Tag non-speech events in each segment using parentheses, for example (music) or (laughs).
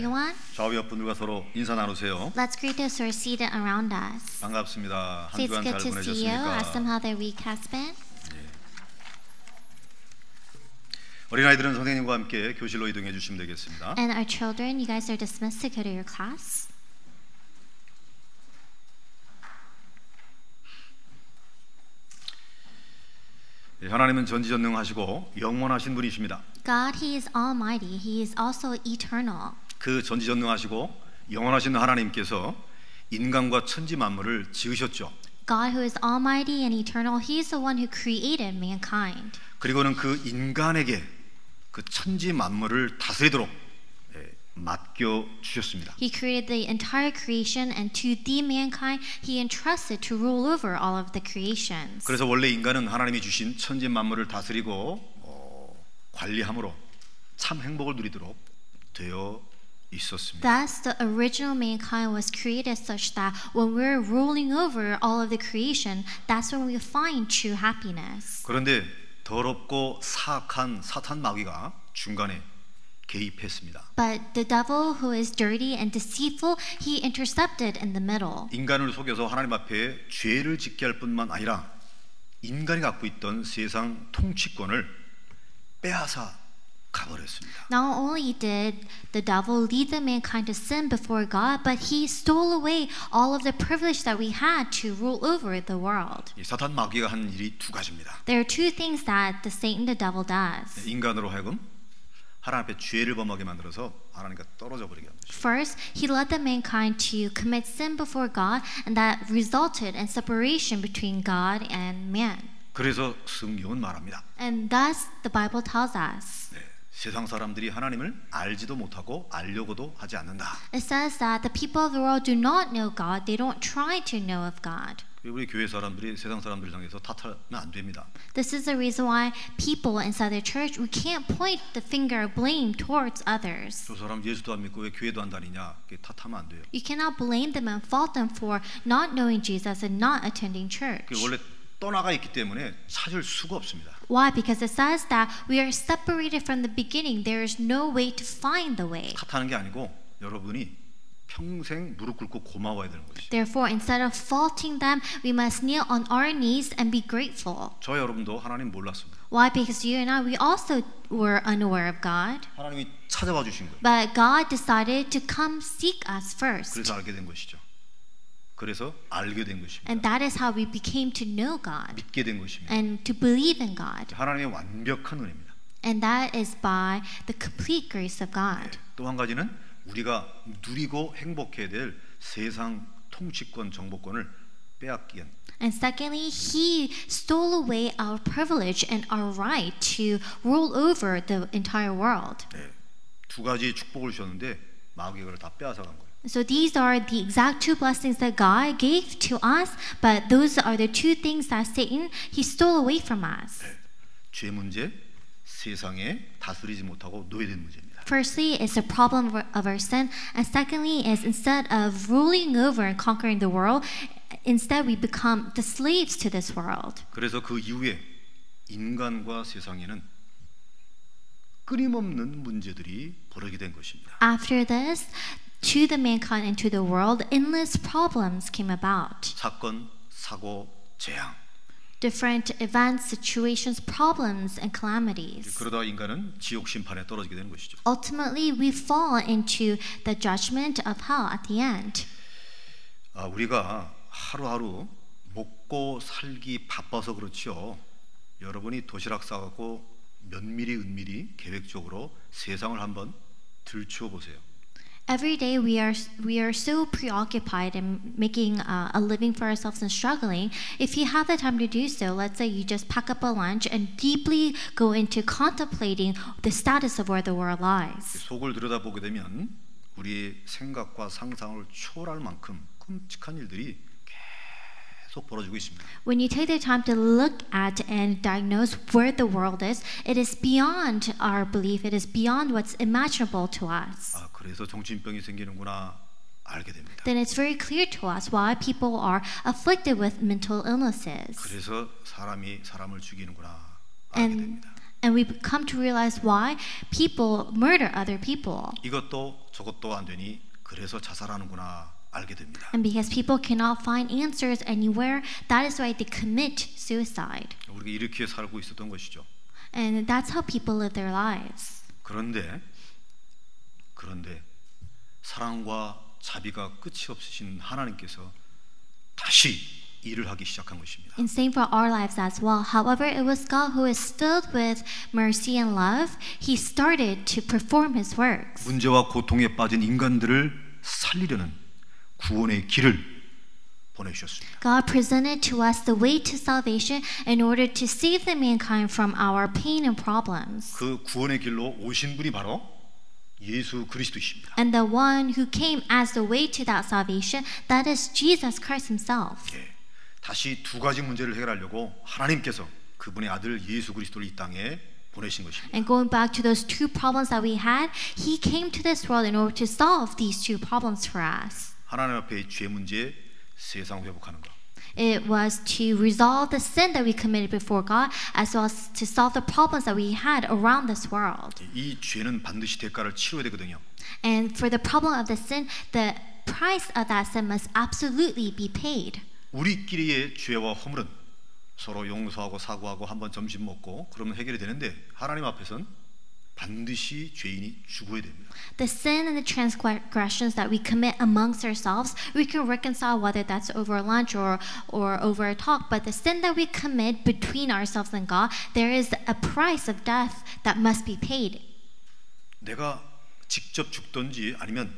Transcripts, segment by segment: Everyone, 좌우옆 분들과 서로 인사 나누세요. let's greet those who are seated around us. 반갑습니다. 한 Say it's 주간 good 잘 to see you. Ask them 보내셨습니까? how their week has been. 어린아이들은 선생님과 함께 교실로 이동해 주시면 되겠습니다. And our children, you guys are dismissed to go to your class. 예, 하나님은 전지전능하시고 영원하신 분이십니다. God, He is Almighty, He is also eternal. 그 전지전능하시고 영원하신 하나님께서 인간과 천지 만물을 지으셨죠. God, who is Almighty and eternal, He is the one who created mankind. 그리고는 그 인간에게 그 천지 만물을 다스리도록 예, 맡겨 주셨습니다. He created the entire creation, and to the mankind, He entrusted to rule over all of the creations. 그래서 원래 인간은 하나님이 주신 천지 만물을 다스리고 어, 관리함으로 참 행복을 누리도록 되어 있었습니다. Thus, the original mankind was created such that when we're ruling over all of the creation, that's when we find true happiness. 그런데 더럽고 사악한 사탄 마귀가 중간에 개입했습니다. But the devil, who is dirty and deceitful, he intercepted in the middle. 인간을 속여서 하나님 앞에 죄를 짓게 할 뿐만 아니라 인간이 갖고 있던 세상 통치권을 빼앗아 가버렸습니다. Not only did the devil lead the mankind to sin before God, but he stole away all of the privilege that we had to rule over the world. 이 사탄 마귀가 한 일이 두 가지입니다. There are two things that the Satan, the devil, does. 인간으로 하여금 하나님 앞에 죄를 범하게 만들어서 하나님과 떨어져 버리게 합니다. First, he led the mankind to commit sin before God, and that resulted in separation between God and man. 그래서 성경은 말합니다. And thus, the Bible tells us 네, 세상 사람들이 하나님을 알지도 못하고 알려고도 하지 않는다. it says that the people of the world do not know God, they don't try to know of God. 그리고 우리 교회 사람들이 세상 사람들 향해서 탓하면 안 됩니다. This is the reason why people inside the church we can't point the finger of blame towards others. 저 사람 예수도 안 믿고 왜 교회도 안 다니냐? 그게 탓하면 안 돼요. You cannot blame them and fault them for not knowing Jesus and not attending church. 그게 원래 떠나가 있기 때문에 찾을 수가 없습니다. Why? Because it says that we are separated from the beginning. There is no way to find the way. 탓하는 게 아니고 여러분이 평생 무릎 꿇고 고마워야 되는 것이죠. Therefore, instead of faulting them, we must kneel on our knees and be grateful. 저 여러분도 하나님 몰랐습니다. Why? Because you and I, we also were unaware of God. 하나님이 찾아와 주신 거예요. But God decided to come seek us first. 그래서 알게 된 것이죠. 그래서 알게 된 것입니다. And that is how we became to know God 믿게 된 것입니다. and to believe in God. 하나님의 완벽한 은혜입니다. And that is by the complete grace of God. 또 한 가지는 우리가 누리고 행복해야 될 세상 통치권 정보권을 빼앗긴 And secondly, he stole away our privilege and our right to rule over the entire world. 네, 두 가지 축복을 주셨는데 마귀가 그걸 다 빼앗아간 거예요. So these are the exact two blessings that God gave to us, but those are the two things that Satan he stole away from us. 죄 문제, 세상에 다스리지 못하고 노예된 문제입니다. Firstly, it's the problem of our- of our sin, and secondly, is instead of ruling over and conquering the world, instead we become the slaves to this world. 그래서 그 이후에 인간과 세상에는 끊임없는 문제들이 벌어지게 된 것입니다. After this, to the mankind and to the world, endless problems came about. 사건, 사고, 재앙. different events, situations, problems, and calamities. 예, 그러다 인간은 지옥 심판에 떨어지게 되는 것이죠. Ultimately, we fall into the judgment of hell at the end. 아, 우리가 하루하루 먹고 살기 바빠서 그렇지요. 여러분이 도시락 싸갖고 면밀히 은밀히 계획적으로 세상을 한번 들추어 보세요. Every day we are we are so preoccupied in making uh, a living for ourselves and struggling. If you have the time to do so, let's say you just pack up a lunch and deeply go into contemplating the status of where the world lies. 속을 들여다보게 되면 우리의 생각과 상상을 초월할 만큼 끔찍한 일들이 계속 벌어지고 있습니다. When you take the time to look at and diagnose where the world is, it is beyond our belief, it is beyond what's imaginable to us. 아, 그래서 정신병이 생기는구나 알게 됩니다. Then it's very clear to us why people are afflicted with mental illnesses. 그래서 사람이 사람을 죽이는구나 알게 And, 됩니다. And we come to realize why people murder other people. 이것도 저것도 안 되니 그래서 자살하는구나 알게 됩니다. And because people cannot find answers anywhere, that is why they commit suicide. 우리가 이렇게 살고 있었던 것이죠. And that's how people live their lives. 그런데 그런데 사랑과 자비가 끝이 없으신 하나님께서 다시 일을 하기 시작한 것입니다. And same for our lives as well. However, it was God who is filled with mercy and love. He started to perform his works. 문제와 고통에 빠진 인간들을 살리려는 구원의 길을 보내주셨습니다. God presented to us the way to salvation in order to save the mankind from our pain and problems. 그 구원의 길로 오신 분이 바로 예수 그리스도이십니다. And the one who came as the way to that salvation, that is Jesus Christ himself. 예. 다시 두 가지 문제를 해결하려고 하나님께서 그분의 아들 예수 그리스도를 이 땅에 보내신 것입니다. And going back to those two problems that we had, he came to this world in order to solve these two problems for us. 하나님 앞에 죄 문제, 세상 회복하는 것. It was to resolve the sin that we committed before God, as well as to solve the problems that we had around this world. 예, 이 죄는 반드시 대가를 치러야 되거든요. And for the problem of the sin, the price of that sin must absolutely be paid. 우리끼리의 죄와 허물은 서로 용서하고 사과하고 한번 점심 먹고 그러면 해결이 되는데 하나님 앞에선 반드시 죄인이 죽어야 됩니다. The sin and the transgressions that we commit amongst ourselves, we can reconcile whether that's over lunch or, or over a talk, but the sin that we commit between ourselves and God, there is a price of death that must be paid. 내가 직접 죽든지 아니면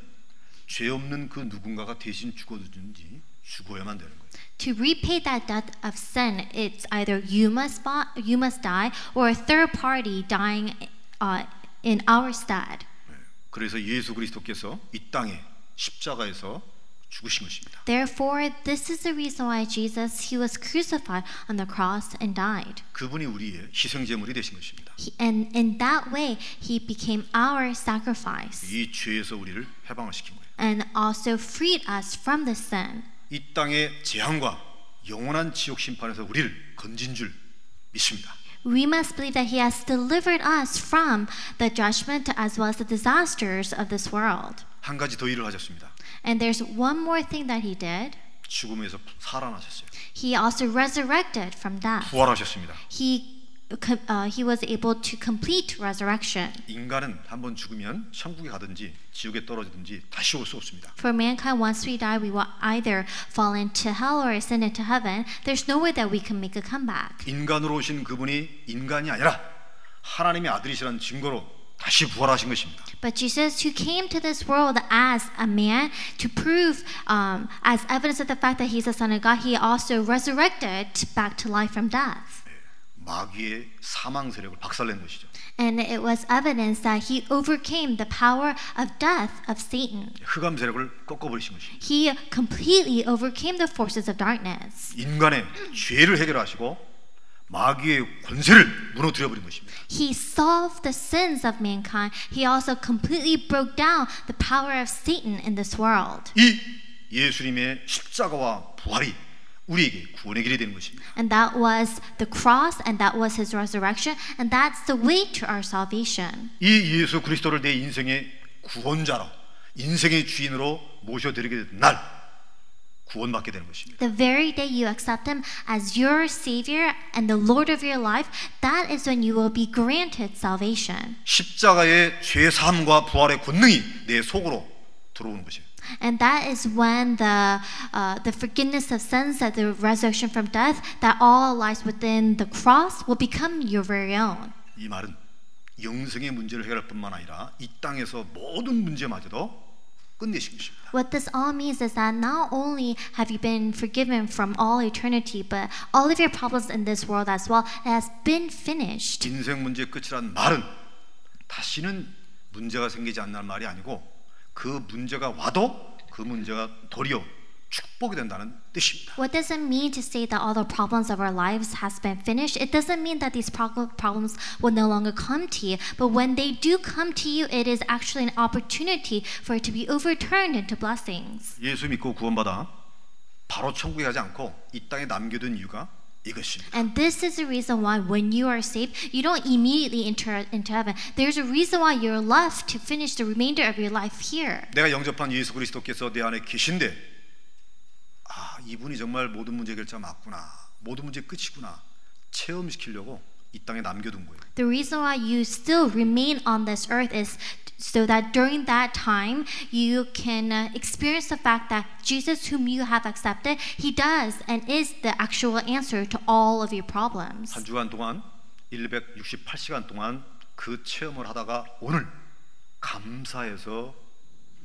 죄 없는 그 누군가가 대신 죽어든지 죽어야만 되는 거예요. To repay that debt of sin, it's either you must, buy, you must die or a third party dying uh, in our stead. 그래서 예수 그리스도께서 이 땅에 십자가에서 죽으신 것입니다. Therefore, this is the reason why Jesus, he was crucified on the cross and died. 그분이 우리의 희생 제물이 되신 것입니다. He- and in that way, he became our sacrifice 이 죄에서 우리를 해방을 시킨 거예요. and also freed us from the sin. 이 땅의 재앙과 영원한 지옥 심판에서 우리를 건진 줄 믿습니다. We must believe that he has delivered us from the judgment as well as the disasters of this world. 한 가지 더 일을 하셨습니다. And there's one more thing that he did. 죽음에서 살아나셨어요. He also resurrected from death. 부활하셨습니다. He co- uh, he was able to complete resurrection. 인간은 한번 죽으면 천국에 가든지 지옥에 떨어지든지 다시 올 수 없습니다. For mankind, once we die, we will either fall into hell or ascend into heaven. There's no way that we can make a comeback. 인간으로 오신 그분이 인간이 아니라 하나님의 아들이시라는 증거로 다시 부활하신 것입니다. But Jesus, who came to this world as a man to prove, um, as evidence of the fact that he's the Son of God, he also resurrected back to life from death. 마귀의 사망 세력을 박살낸 것이죠. And it was evidence that he overcame the power of death of Satan. 흑암 세력을 꺾어버리신 것입니다. He completely overcame the forces of darkness. 인간의 죄를 해결하시고 마귀의 권세를 무너뜨려버린 것입니다. He solved the sins of mankind. He also completely broke down the power of Satan in this world. 이 예수님의 십자가와 부활이 우리에게 구원의 길이 되는 것입니다. And that was the cross, and that was his resurrection, and that's the way to our salvation. 이 예수 그리스도를 내 인생의 구원자로 인생의 주인으로 모셔드리게 된 날 구원받게 되는 것입니다. The very day you accept him as your Savior and the Lord of your life, that is when you will be granted salvation. 십자가의 죄 사함과 부활의 권능이 내 속으로 들어오는 것이에요. And that is when the, uh, the forgiveness of sins, that the resurrection from death, that all lies within the cross, will become your very own. 이 말은 영생의 문제를 해결할 뿐만 아니라 이 땅에서 모든 문제마저도 끝내신 것입니다. What this all means is that not only have you been forgiven from all eternity, but all of your problems in this world as well has been finished. 인생 문제 끝이란 말은 다시는 문제가 생기지 않는 말이 아니고 그 문제가 와도 그 문제가 도리어 축복이 된다는 뜻입니다. What does it mean to say that all the problems of our lives has been finished? It doesn't mean that these prog- problems will no longer come to you, but when they do come to you, it is actually an opportunity for it to be overturned into blessings. 예수 믿고 구원받아 바로 천국에 가지 않고 이 땅에 남겨둔 이유가 이것입니다. And this is the reason why when you are saved, you don't immediately enter into heaven. There's a reason why you're left to finish the remainder of your life here. 내가 영접한 예수 그리스도께서 내 안에 계신데 아 이분이 정말 모든 문제 결자 맞구나 모든 문제 끝이구나 체험시키려고 이 땅에 남겨둔 거예요. The reason why you still remain on this earth is so that during that time you can uh, experience the fact that Jesus, whom you have accepted, he does and is the actual answer to all of your problems. 한 주간 동안 168시간 동안 그 체험을 하다가 오늘 감사해서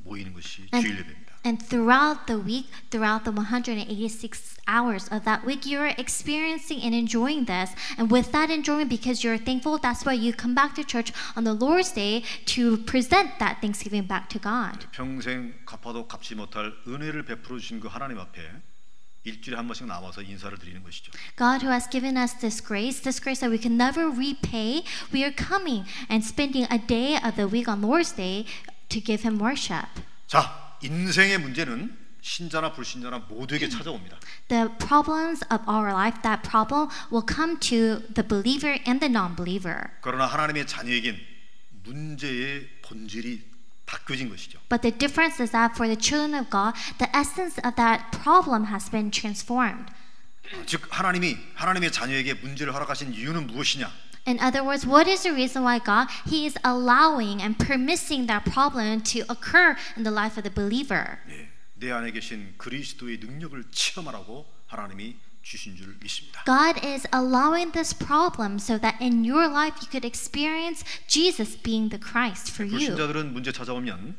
모이는 것이 And- 주일 예배입니다. And throughout the week, throughout the 186 hours of that week, you're experiencing and enjoying this. And with that enjoyment, because you're thankful, that's why you come back to church on the Lord's Day to present that thanksgiving back to God. 평생 갚아도 갚지 못할 은혜를 베풀어 주신 그 하나님 앞에 일주일에 한 번씩 나와서 인사를 드리는 것이죠. God, who has given us this grace, this grace that we can never repay, we are coming and spending a day of the week on Lord's Day to give Him worship. 자, 인생의 문제는 신자나 불신자나 모두에게 찾아옵니다. The problems of our life, that problem will come to the believer and the non believer. 그러나 하나님의 자녀에겐 문제의 본질이 바뀌어진 것이죠. But the difference is that for the children of God, the essence of that problem has been transformed. 즉 하나님이 하나님의 자녀에게 문제를 허락하신 이유는 무엇이냐? In other words, what is the reason why God He is allowing and permitting that problem to occur in the life of the believer? 네, 내 안에 계신 그리스도의 능력을 체험하라고 하나님이 주신 줄 믿습니다. God is allowing this problem so that in your life you could experience Jesus being the Christ for you. 불신자들은 문제 찾아오면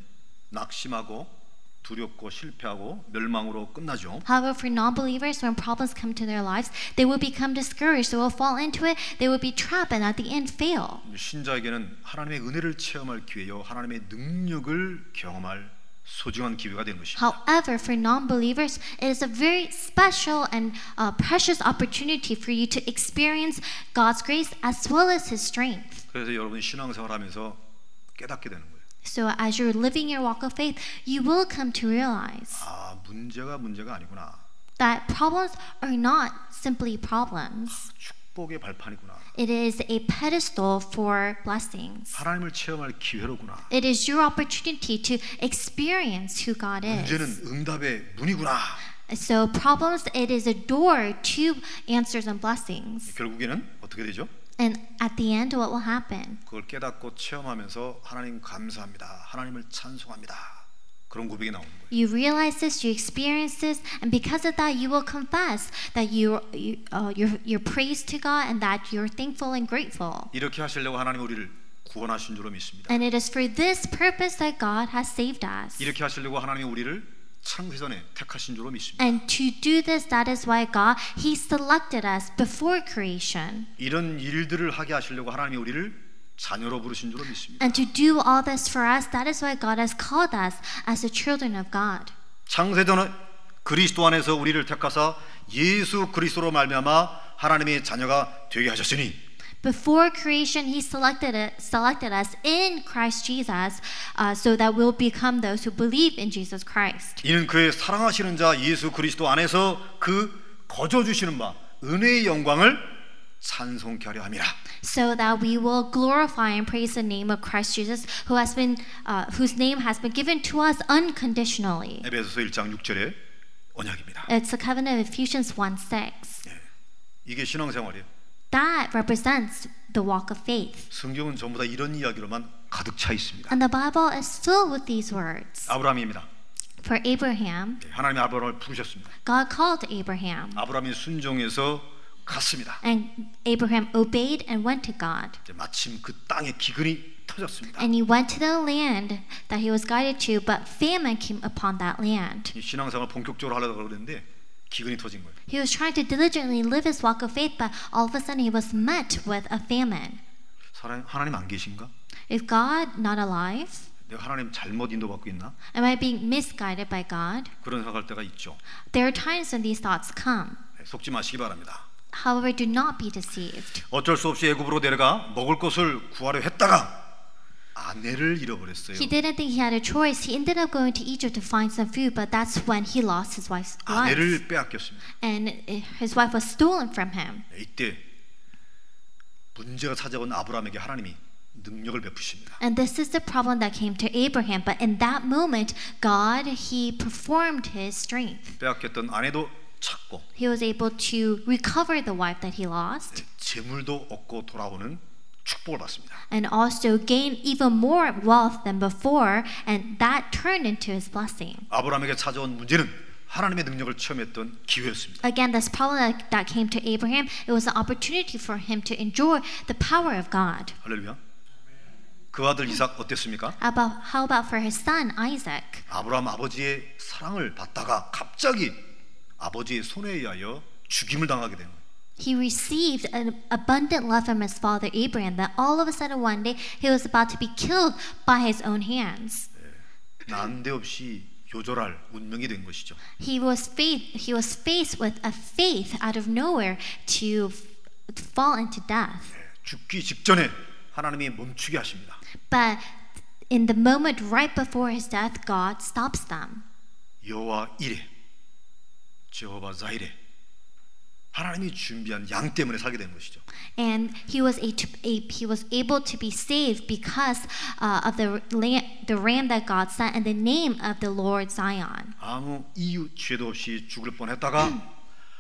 낙심하고 두렵고 실패하고 멸망으로 끝나죠. However, for non believers, when problems come to their lives, they will become discouraged, they will fall into it, they will be trapped, and at the end fail. 신자에게는 하나님의 은혜를 체험할 기회요, 하나님의 능력을 경험할 소중한 기회가 되는 것입니다. However, for non believers, it is a very special and uh, precious opportunity for you to experience God's grace as well as His strength. 그래서 여러분이 신앙생활하면서 깨닫게 되는 거예요. So, as you're living your walk of faith, you will come to realize 아, 문제가 문제가 아니구나. that problems are not simply problems, 축복의 발판이구나. it is a pedestal for blessings. 하나님을 체험할 기회로구나. It is your opportunity to experience who God is. 문제는 응답의 문이구나. So, problems, it is a door to answers and blessings. 결국에는 어떻게 되죠? And at the end, what will happen? 그걸 깨닫고 체험하면서 하나님 감사합니다. 하나님을 찬송합니다. 그런 고백이 나오는 거예요. You realize this, you experience this, and because of that, you will confess that you, you uh, you're, you're praised to God and that you're thankful and grateful. 이렇게 하시려고 하나님 우리를 구원하신 줄로 믿습니다. And it is for this purpose that God has saved us. 이렇게 하시려고 하나님 우리를 창세 전에 택하신 줄로 믿습니다. And to do this, that is why God He selected us before creation. 이런 일들을 하게 하시려고 하나님 우리를 자녀로 부르신 줄로 믿습니다. And to do all this for us, that is why God has called us as the children of God. 창세전에 그리스도 안에서 우리를 택하사 예수 그리스도로 말미암아 하나님의 자녀가 되게 하셨으니 Before creation, He selected it, selected us in Christ Jesus, uh, so that we'll become those who believe in Jesus Christ. 이는 그의 사랑하시는 자 예수 그리스도 안에서 그 거저 주시는 바 은혜의 영광을 찬송케 하려 함이라. so that we will glorify and praise the name of Christ Jesus, who has been, uh, whose name has been given to us unconditionally. 에베소서 1장 6절의 언약입니다. It's the covenant of Ephesians 1 6. 예. 이게 신앙생활이에요. That represents the walk of faith. 성경은 전부 다 이런 이야기로만 가득 차 있습니다. And the Bible is filled with these words. 아브라함입니다. For Abraham, 예, 하나님이 아브라함을 부르셨습니다. God called Abraham, 아브라함이 순종해서 갔습니다. and Abraham obeyed and went to God. 이제 마침 그 땅에 기근이 터졌습니다. And he went to the land that he was guided to, but famine came upon that land. 이 신앙생활 본격적으로 하려고 그랬는데 기근이 터진 거예요. He was trying to diligently live his walk of faith, but all of a sudden he was met with a famine. 사람- 하나님 안 계신가? Is God not alive? 내가 하나님 잘못 인도받고 있나? Am I being misguided by God? 그런 생각할 때가 있죠. There are times when these thoughts come. 네, 속지 마시기 바랍니다. However, do not be deceived. 어쩔 수 없이 애굽으로 내려가 먹을 것을 구하려 했다가 아내를 잃어버렸어요. He didn't think he had a choice. He ended up going to Egypt to find some food, but that's when he lost his wife's life. 아내를 빼앗겼습니다. 네, And eh, his wife was stolen from him. 이때 문제가 찾아온 아브라함에게 하나님이 능력을 베푸십니다. And this is the problem that came to Abraham. But in that moment, God, he performed his strength. 빼앗겼던 아내도 찾고 He was able to recover the wife that he lost 재물도 얻고 돌아오는 축복을 받습니다. and also gain even more wealth than before. And that turned into his blessing. 아브라함에게 찾아온 문제는 하나님의 능력을 체험했던 기회였습니다. Again, this problem that- that came to Abraham, it was an opportunity for him to enjoy the power of God. 할렐루야. 그 아들 이삭 어땠습니까? About how about for his son Isaac? 아브라함 아버지의 사랑을 받다가 갑자기 아버지의 손에 의하여 죽임을 당하게 되는 거예요. He received an abundant love from his father Abraham that all of a sudden one day he was about to be killed by his own hands. 난데없이 요절할 운명이 된 것이죠. He was faith, he was faced with a faith out of nowhere to f- fall into death. 죽기 직전에 하나님이 멈추게 하십니다. But in the moment right before his death, God stops them. 여호와 이레, 제호바 자이레. 하나님이 준비한 양 때문에 살게 된 것이죠. and he was a, a, he was able to be saved because uh, of the ram, the ram that God sent and the name of the Lord Zion. 아무 이유 죄도 없이 죽을 뻔했다가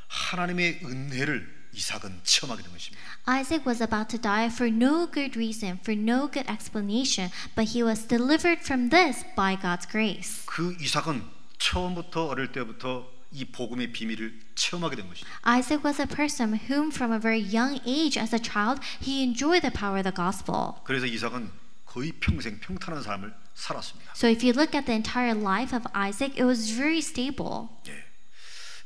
하나님의 은혜를 이삭은 체험하게 된 것입니다. Isaac was about to die for no good reason, for no good explanation, but he was delivered from this by God's grace. 그 이삭은 처음부터 어릴 때부터 이 복음의 비밀을 체험하게 된 것이죠. Isaac was a person whom, from a very young age, as a child, he enjoyed the power of the gospel. 그래서 이삭은 거의 평생 평탄한 삶을 살았습니다. So, if you look at the entire life of Isaac, it was very stable. 예.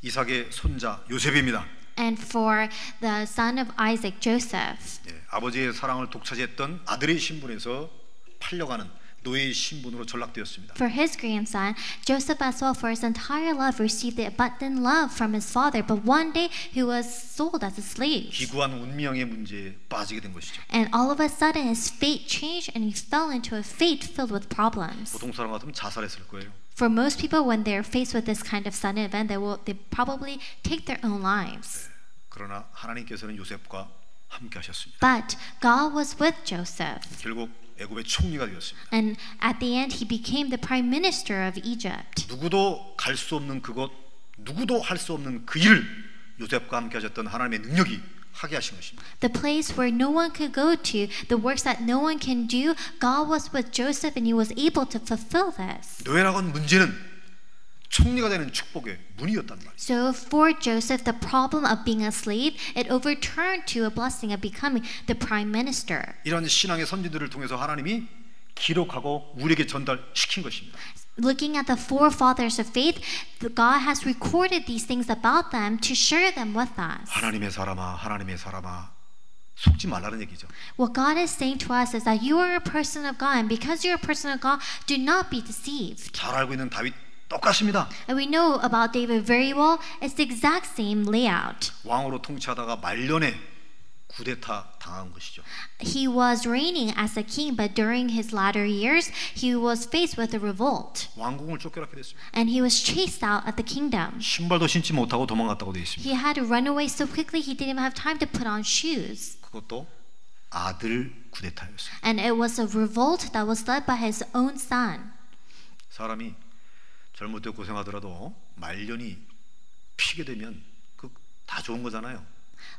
이삭의 손자 요셉입니다. And for the son of Isaac, Joseph, 예, 아버지의 사랑을 독차지했던 아들의 신분에서 팔려가는 노예의 신분으로 전락되었습니다. For his grandson, Joseph as well, for his entire life, received the abundant love from his father, but one day he was sold as a slave. 기구한 운명의 문제에 빠지게 된 것이죠. And all of a sudden, his fate changed and he fell into a fate filled with problems. 보통 사람 같으면 자살했을 거예요. For most people, when they're faced with this kind of sudden event, they will they probably take their own lives. 그러나 하나님께서는 요셉과 함께 하셨습니다. But God was with Joseph, 결국 애굽의 총리가 되었습니다. and at the end, he became the prime minister of Egypt. 누구도 갈 수 없는 그곳, 누구도 할 수 없는 그 일을 요셉과 함께 하셨던 하나님의 능력이 하게 하신 것입니다. The place where no one could go to, the works that no one can do, God was with Joseph and he was able to fulfill this. 노예라곤 문제는 총리가 되는 축복의 문이었단 말이에요. So for Joseph, the problem of being a slave, it overturned to a blessing of becoming the prime minister. 이런 신앙의 선진들을 통해서 하나님이 기록하고 우리에게 전달시킨 것입니다. Looking at the forefathers of faith, the- God has recorded these things about them to share them with us. 하나님의 사람아, 하나님의 사람아, 속지 말라는 얘기죠. What God is saying to us is that you are a person of God, and because you're a person of God, do not be deceived. 잘 알고 있는 다윗 똑같습니다. And we know about David very well, it's the exact same layout. 왕으로 통치하다가 말년에 구데타 당한 것이죠. He was reigning as a king, but during his latter years, he was faced with a revolt 왕궁을 쫓겨나게 됐습니다. and he was chased out of the kingdom. 신발도 신지 못하고 도망갔다고 되어 있습니다. He had to run away so quickly he didn't even have time to put on shoes. 그것도 아들 구데타였습니다. And it was a revolt that was led by his own son. 사람이 젊을 때 고생하더라도 말년이 피게 되면 그 다 좋은 거잖아요.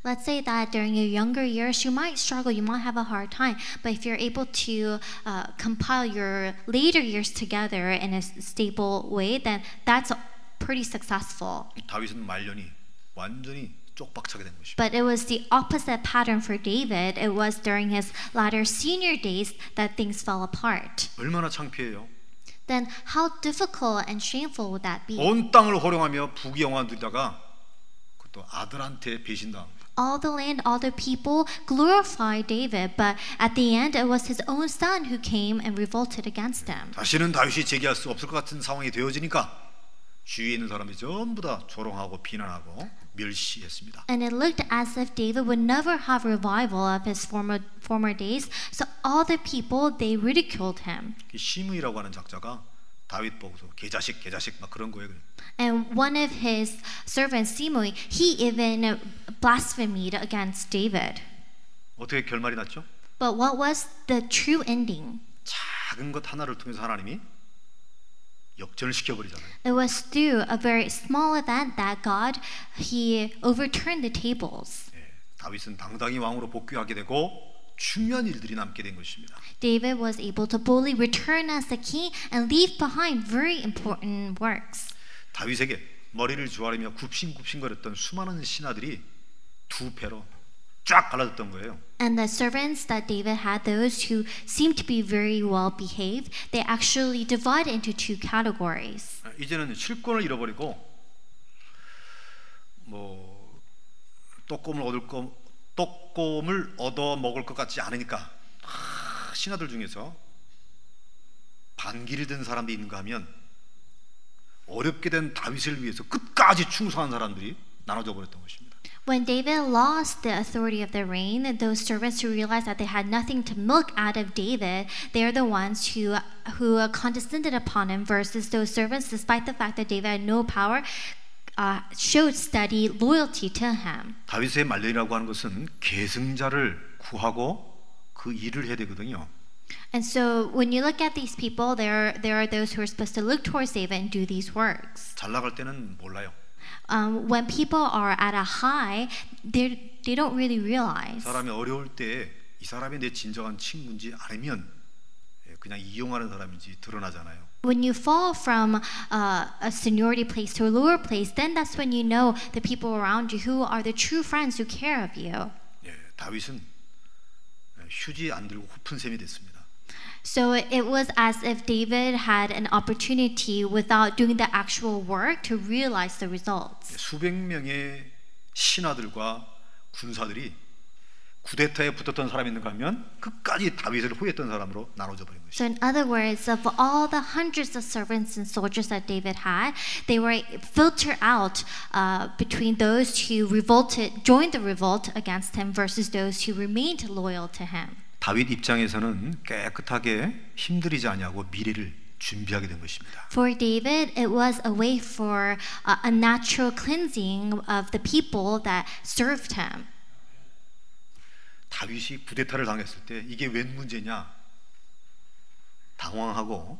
Let's say that during your younger years, you might struggle, you might have a hard time, but if you're able to uh, compile your later years together in a s- stable way, then that's pretty successful. 다윗은 말년이 완전히 쪽박차게 된 것이죠. But it was the opposite pattern for David. It was during his latter senior days that things fell apart. 얼마나 창피해요. Then, how difficult and shameful would that be? 온 땅을 호령하며 부귀영화 누리다가 그것도 아들한테 배신당합니다. All the land, all the people glorified David, but at the end, it was his own son who came and revolted against him. 다시는 다윗이 제기할 수 없을 것 같은 상황이 되어지니까 주위에 있는 사람이 전부 다 조롱하고 비난하고 멸시했습니다. And it looked as if David would never have revival of his former former days. So all the people they ridiculed him. 이 시므이라고 하는 작자가 다윗 보고서 개자식 개자식 막 그런 거예요. And one of his servants, Simui, he even blasphemed against David. 어떻게 결말이 났죠? But what was the true ending? 작은 것 하나를 통해서 하나님이 역전을 시켜버리잖아요. It was through a very small event that God he overturned the tables. 예, 다윗은 당당히 왕으로 복귀하게 되고 중요한 일들이 남게 된 것입니다. David was able to boldly return as the king and leave behind very important works. 다윗에게 머리를 조아리며 굽신굽신거렸던 수많은 신하들이 두 패로 쫙 갈라졌던 거예요. And the servants that David had, those who seemed to be very well behaved, they actually divide into two categories. 아, 이제는 실권을 잃어버리고 뭐 떡곰을 얻을 거 떡곰을 얻어 먹을 것 같지 않으니까 하, 신하들 중에서 반기를 든 사람이 있는가 하면 어렵게 된 다윗을 위해서 끝까지 충성한 사람들이 나눠져 버렸던 것입니다. When David lost the authority of the reign, those servants who realized that they had nothing to milk out of David, they are the ones who who condescended upon him. Versus those servants, despite the fact that David had no power, uh, showed steady loyalty to him. 다윗의 말년이라고 하는 것은 계승자를 구하고 그 일을 해야 되거든요. And so, when you look at these people, there there are those who are supposed to look towards David and do these works. 잘 나갈 때는 몰라요. Um, when people are at a high, they they don't really realize. 사람이 어려울 때 이 사람이 내 진정한 친구인지 알면 예, 그냥 이용하는 사람인지 드러나잖아요. When you fall from uh, a seniority place to a lower place, then that's when you know the people around you who are the true friends who care of you. 예, 다윗은 예, 휴지 안 들고 호픈 셈이 됐습니다. So it it was as if David had an opportunity without doing the actual work to realize the 예, results. 수백 명의 신하들과 군사들이 구데타에 붙었던 사람이 있는가 하면 끝까지 다윗을 호위했던 사람으로 나눠져 버린 So, 것이죠. in other words, of all the hundreds of servants and soldiers that David had, they were filtered out uh, between those who revolted, joined the revolt against him versus those who remained loyal to him. 다윗 입장에서는 깨끗하게 힘들이지 아니하고 미래를 준비하게 된 것입니다. For David, it was a way for uh, a natural cleansing of the people that served him. 다윗이 구데타를 당했을 때 이게 웬 문제냐 당황하고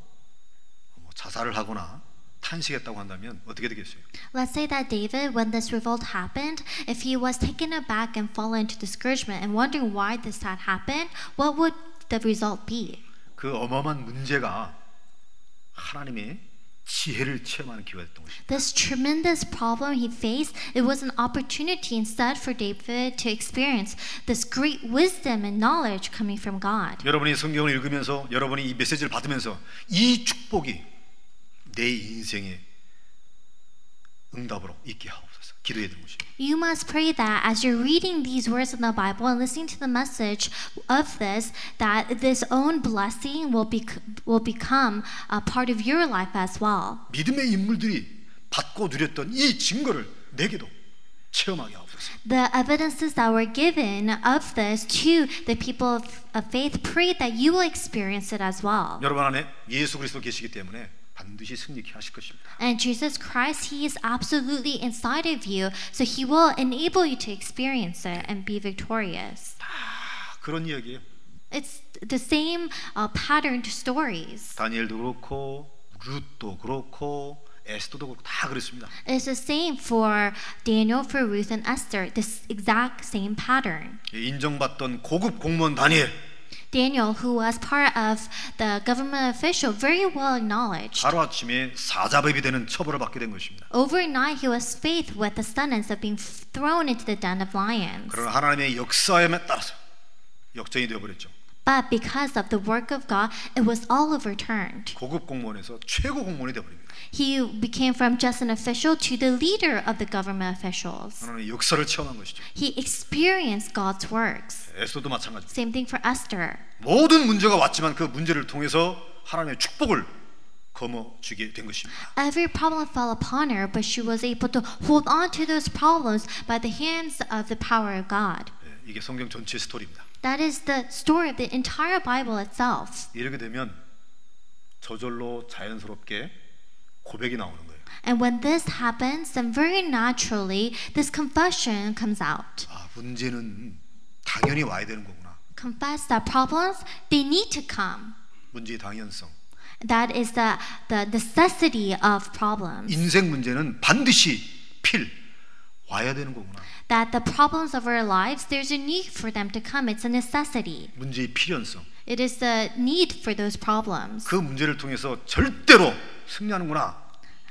뭐 자살을 하거나 탄식했다고 한다면 어떻게 되겠어요? Let's say that David, when this revolt happened, if he was taken aback and fallen into discouragement and wondering why this had happened, what would the result be? 그 어마어마한 문제가 하나님의 지혜를 체험하는 기회였던 것입니다. This tremendous problem he faced, it was an opportunity instead for David to experience this great wisdom and knowledge coming from God. 여러분이 성경을 읽으면서 여러분이 이 메시지를 받으면서 이 축복이 내 인생의 응답으로 있게 하옵소서 기도해 드는 것입니다. You must pray that as you're reading these words in the Bible and listening to the message of this, that this own blessing will be will become a part of your life as well. 믿음의 인물들이 받고 누렸던 이 증거를 내게도 체험하게 하옵소서. The evidences that were given of this to the people of, of faith, pray that you will experience it as well. 여러분 안에 예수 그리스도 계시기 때문에 반드시 승리케 하실 것입니다. And Jesus Christ, He is absolutely inside of you, so He will enable you to experience it and be victorious. 아, 그런 이야기예요. It's the same uh, patterned stories. 다니엘도 그렇고 룻도 그렇고 에스더도 그렇고 다 그렇습니다. It's the same for Daniel, for Ruth, and Esther. This exact same pattern. 예, 인정받던 고급 공무원 다니엘 Daniel, who was part of the government official, very well acknowledged. 하루 아침에 사자밥이 되는 처벌을 받게 된 것입니다. Overnight, he was faced with the sentence of being thrown into the den of lions. 그러나 하나님의 역사에 따라서 역전이 되어버렸죠. But because of the work of God, it was all overturned. 고급 공무원에서 최고 공무원이 되어버립니다. He became from just an official to the leader of the government officials. 하나님의 역사를 체험한 것이죠. He experienced God's works. 에스더도 마찬가지입니다. Same thing for Esther. 모든 문제가 왔지만 그 문제를 통해서 하나님의 축복을 거머쥐게 된 것입니다. Every problem fell upon her, but she was able to hold on to those problems by the hands of the power of God. 예, 이게 성경 전체 스토리입니다. That is the story of the entire Bible itself. 이렇게 되면 저절로 자연스럽게 고백이 나오는 거예요. And when this happens, then very naturally, this confession comes out. 아, 문제는 당연히 와야 되는 거구나. Confess that problems, they need to come. 문제의 당연성. That is the, the necessity of problems. 인생 문제는 반드시 필 와야 되는 거구나. That the problems of our lives, there's a need for them to come. It's a necessity. 문제의 필연성. It is the need for those problems. 그 문제를 통해서 절대로 승리하는구나.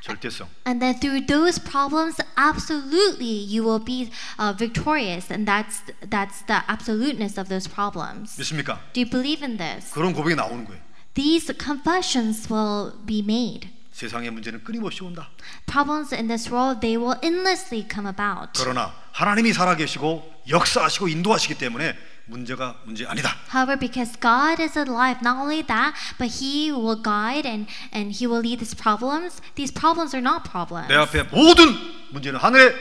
절대성. And then through those problems, absolutely you will be uh, victorious. And that's, that's the absoluteness of those problems. 믿습니까? Do you believe in this? 그런 고백이 나오는 거예요. These confessions will be made. 세상의 문제는 끊임없이 온다. Problems in this world, they will endlessly come about. 그러나 하나님이 살아계시고 역사하시고 인도하시기 때문에 문제가 문제 아니다. However, because God is alive, not only that, but He will guide and, and He will lead these problems. These problems are not problems. 내 앞에 모든 문제는 하늘의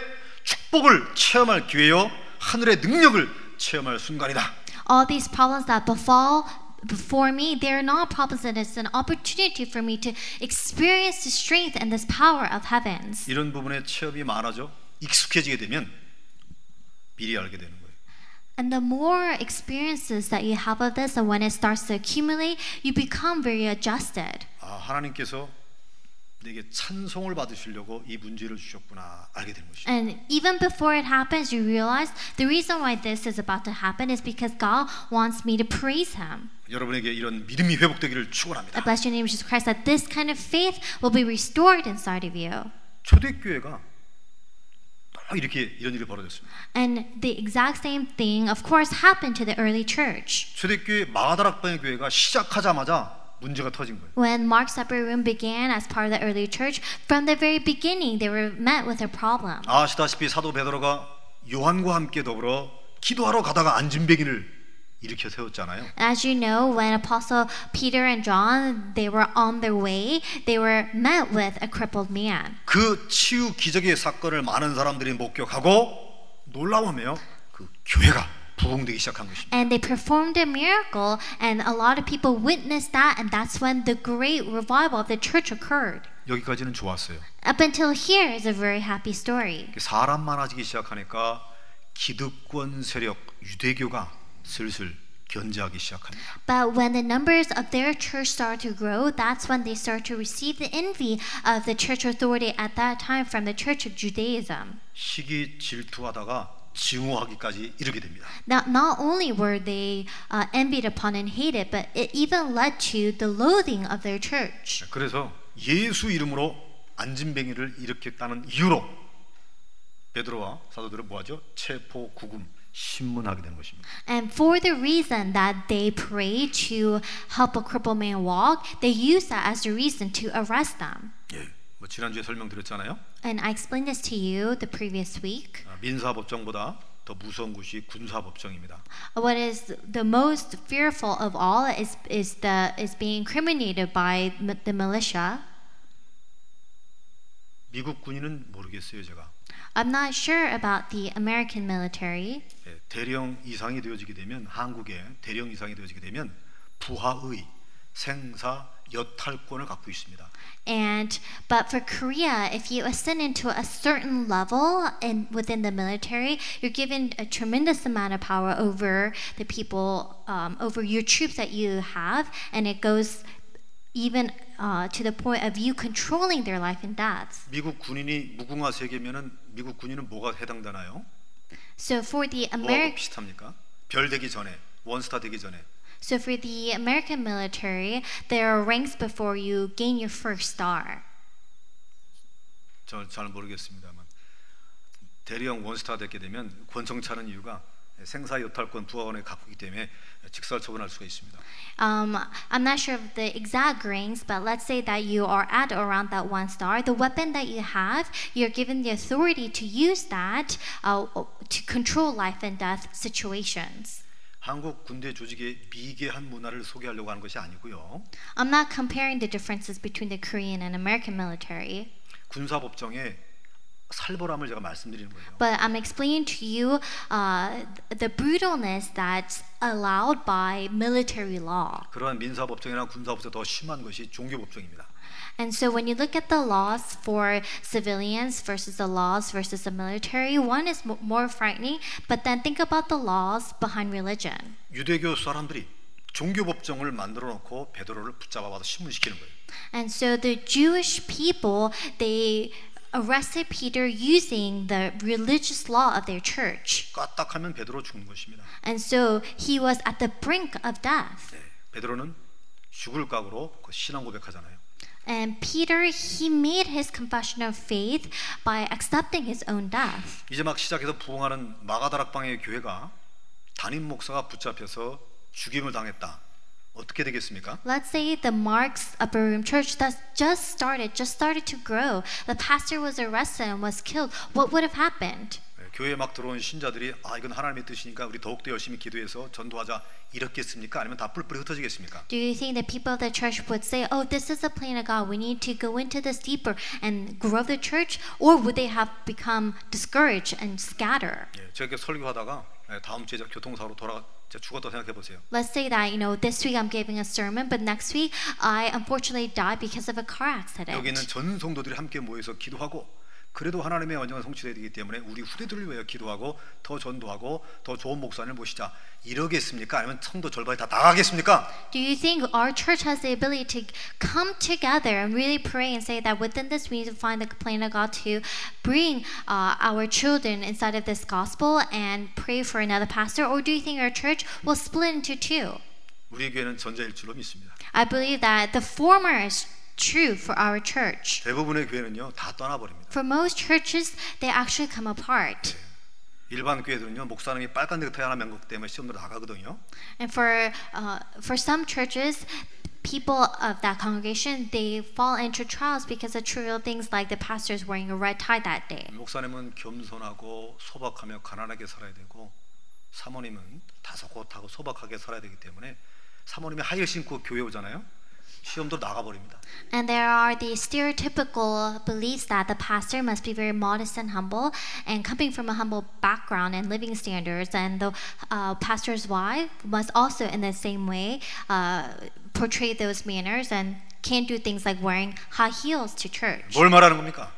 축복을 체험할 기회요 하늘의 능력을 체험할 순간이다. All these problems that befall before me, they are not problems, and it's an opportunity for me to experience the strength and this power of heavens. 이런 부분에 체험이 많아져 익숙해지게 되면 미리 알게 되는 거예요. And the more experiences that you have of this, and when it starts to accumulate, you become very adjusted. 아, 하나님께서 내게 찬송을 받으시려고 이 문제를 주셨구나 알게 되는 것이죠. And even before it happens, you realize the reason why this is about to happen is because God wants me to praise Him. 여러분에게 이런 믿음이 회복되기를 I 축원합니다. bless your name, Jesus Christ, that this kind of faith will be restored inside of you. 초대교회가 또 이렇게 이런 일이 벌어졌습니다. And the exact same thing, of course, happened to the early church. 초대교회 마가다락방의 교회가 시작하자마자 문제가 터진 거예요. When Mark's upper room began as part of the early church, from the very beginning they were met with a problem. 아시다시피 사도 베드로가 요한과 함께 더불어 기도하러 가다가 안진뱅이를 일으켜 세웠잖아요. As you know, when Apostle Peter and John they were on their way, they were met with a crippled man. 그 치유 기적의 사건을 많은 사람들이 목격하고 놀라워하며 그 교회가 부흥되기 시작한 것입니다. And they performed a miracle, and a lot of people witnessed that, and that's when the great revival of the church occurred. 여기까지는 좋았어요. Up until here is a very happy story. 사람 많아지기 시작하니까 기득권 세력 유대교가 슬슬 견제하기 시작합니다. But when the numbers of their church started to grow, that's when they started to receive the envy of the church authority at that time from the church of Judaism. 시기 질투하다가 증오하기까지 이르게 됩니다. Now, not only were they uh, envied upon and hated, but it even led to the loathing of their church. 그래서 예수 이름으로 안진뱅이를 일으켰다는 이유로 베드로와 사도들은 뭐하죠? 체포 구금 신문하게 되는 것입니다. And for the reason that they prayed to help a crippled man walk, they used that as a reason to arrest them. 예, 뭐 지난주에 설명드렸잖아요. And I explained this to you the previous week. 아, 민사법정보다 더 무서운 것이 군사법정입니다. What is the most fearful of all is is the is being incriminated by m- the militia. 미국 군인은 모르겠어요, 제가. I'm not sure about the American military. 예, 대령 이상이 되어지게 되면 한국에 대령 이상이 되어지게 되면 부하의 생사 여탈권을 갖고 있습니다. And but for Korea, if you ascend into a certain level in within the military, you're given a tremendous amount of power over the people, um, over your troops that you have, and it goes even uh, to the point of you controlling their life and deaths. 미국 군인이 무궁화 세계면은 미국 군인은 뭐가 해당되나요? So for the 뭐하고 American. 비슷합니까? 별 되기 전에 원스타 되기 전에 So for the American military, there are ranks before you gain your first star. 저 잘 모르겠습니다만 대령 원스타 됐게 되면 권총 차는 이유가 생사 여탈권 부하원에 갖고 있기 때문에 직살 처분할 수가 있습니다. Um, I'm not sure of the exact ranks, but let's say that you are at or around that one star. The weapon that you have, you're given the authority to use that uh, to control life and death situations. 한국 군대 조직의 미개한 문화를 소개하려고 하는 것이 아니고요. I'm not comparing the differences between the Korean and American military, 군사법정의 살벌함을 제가 말씀드리는 거예요. but I'm explaining to you uh, the brutalness that's allowed by military law. 그러한 민사법정이나 군사법정보다 더 심한 것이 종교법정입니다. And so when you look at the laws for civilians versus the laws versus the military, one is mo- more frightening, but then think about the laws behind religion. 유대교 사람들이 종교법정을 만들어 놓고 베드로를 붙잡아와서 신문시키는 거예요. And so the Jewish people, they arrested Peter using the religious law of their church. 까딱하면 베드로 죽는 것입니다. And so he was at the brink of death. 네, 베드로는 죽을 각오로 그 신앙 고백하잖아요. And Peter, he made his confession of faith by accepting his own death. 이제 막 시작해서 부흥하는 마가다락방의 교회가 담임 목사가 붙잡혀서 죽임을 당했다. 어떻게 되겠습니까? Let's say the Mark's Upper Room Church that's just started, just started to grow. The pastor was arrested and was killed. What would have happened? 네, 교회에 막 들어온 신자들이 아 이건 하나님의 뜻이니까 우리 더욱더 열심히 기도해서 전도하자 이렇겠습니까? 아니면 다 뿔뿔이 흩어지겠습니까? Do you think the people of the church would say, oh, this is the plan of God, we need to go into this deeper and grow the church? Or would they have become discouraged and scatter? 예, 제가 이렇게 설교하다가 예, 다음 주에 제가 교통사고로 돌아 제가 죽었다 생각해 보세요. Let's say that, you know, this week I'm giving a sermon, but next week I unfortunately died because of a car 여기 있는 accident. 전 성도들이 함께 모여서 기도하고 그래도 하나님의 완전한 성취되야 되기 때문에 우리 후대들을 위하여 기도하고 더 전도하고 더 좋은 목사님을 모시자 이러겠습니까? 아니면 성도 절반이 다 나가겠습니까? Do you think our church has the ability to come together and really pray and say that within this we need to find the plan of God to bring uh, our children inside of this gospel and pray for another pastor? Or do you think our church will split into two? 우리 교회는 전자일 줄로 믿습니다. I believe that the former is true for our church. 대부분의 교회는요 다 떠나버립니다. For most churches, they actually come apart. 일반 교회들은요 목사님이 빨간 넥타이 하나 맨 것 때문에 시험으로 나가거든요. And for uh, for some churches, people of that congregation they fall into trials because of trivial things like the pastor is wearing a red tie that day. 목사님은 겸손하고 소박하며 가난하게 살아야 되고 사모님은 다소곳하고 소박하게 살아야 되기 때문에 사모님이 하이힐 신고 교회 오잖아요. 시험도 나가버립니다. And there are the stereotypical beliefs that the pastor must be very modest and humble, and coming from a humble background and living standards, and the uh, pastor's wife must also, in the same way, uh, portray those manners and can't do things like wearing high heels to church. 뭘 말하는 겁니까?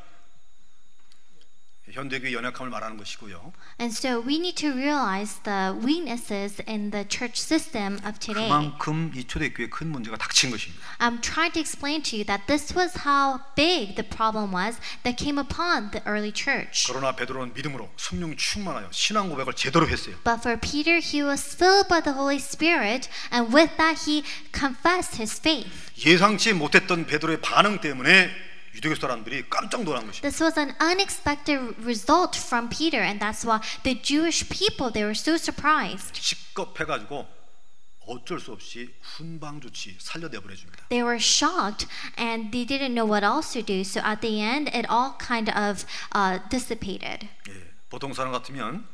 현대교의 연약함을 말하는 것이고요. And so we need to realize the weaknesses in the church system of today. 그만큼 이 초대교회 큰 문제가 닥친 것입니다. I'm trying to explain to you that this was how big the problem was that came upon the early church. 그러나 베드로는 믿음으로 성령 충만하여 신앙 고백을 제대로 했어요. But for Peter, he was filled by the Holy Spirit, and with that, he confessed his faith. 예상치 못했던 베드로의 반응 때문에 유대교 사람들이 깜짝 놀란 것입니다. This was an unexpected result from Peter, and that's why the Jewish people they were so surprised. 직겁해가지고 어쩔 수 없이 훈방 조치 살려내버려 줍니다. They were shocked, and they didn't know what else to do. So at the end, it all kind of uh, dissipated. 예, 보통 사람 같으면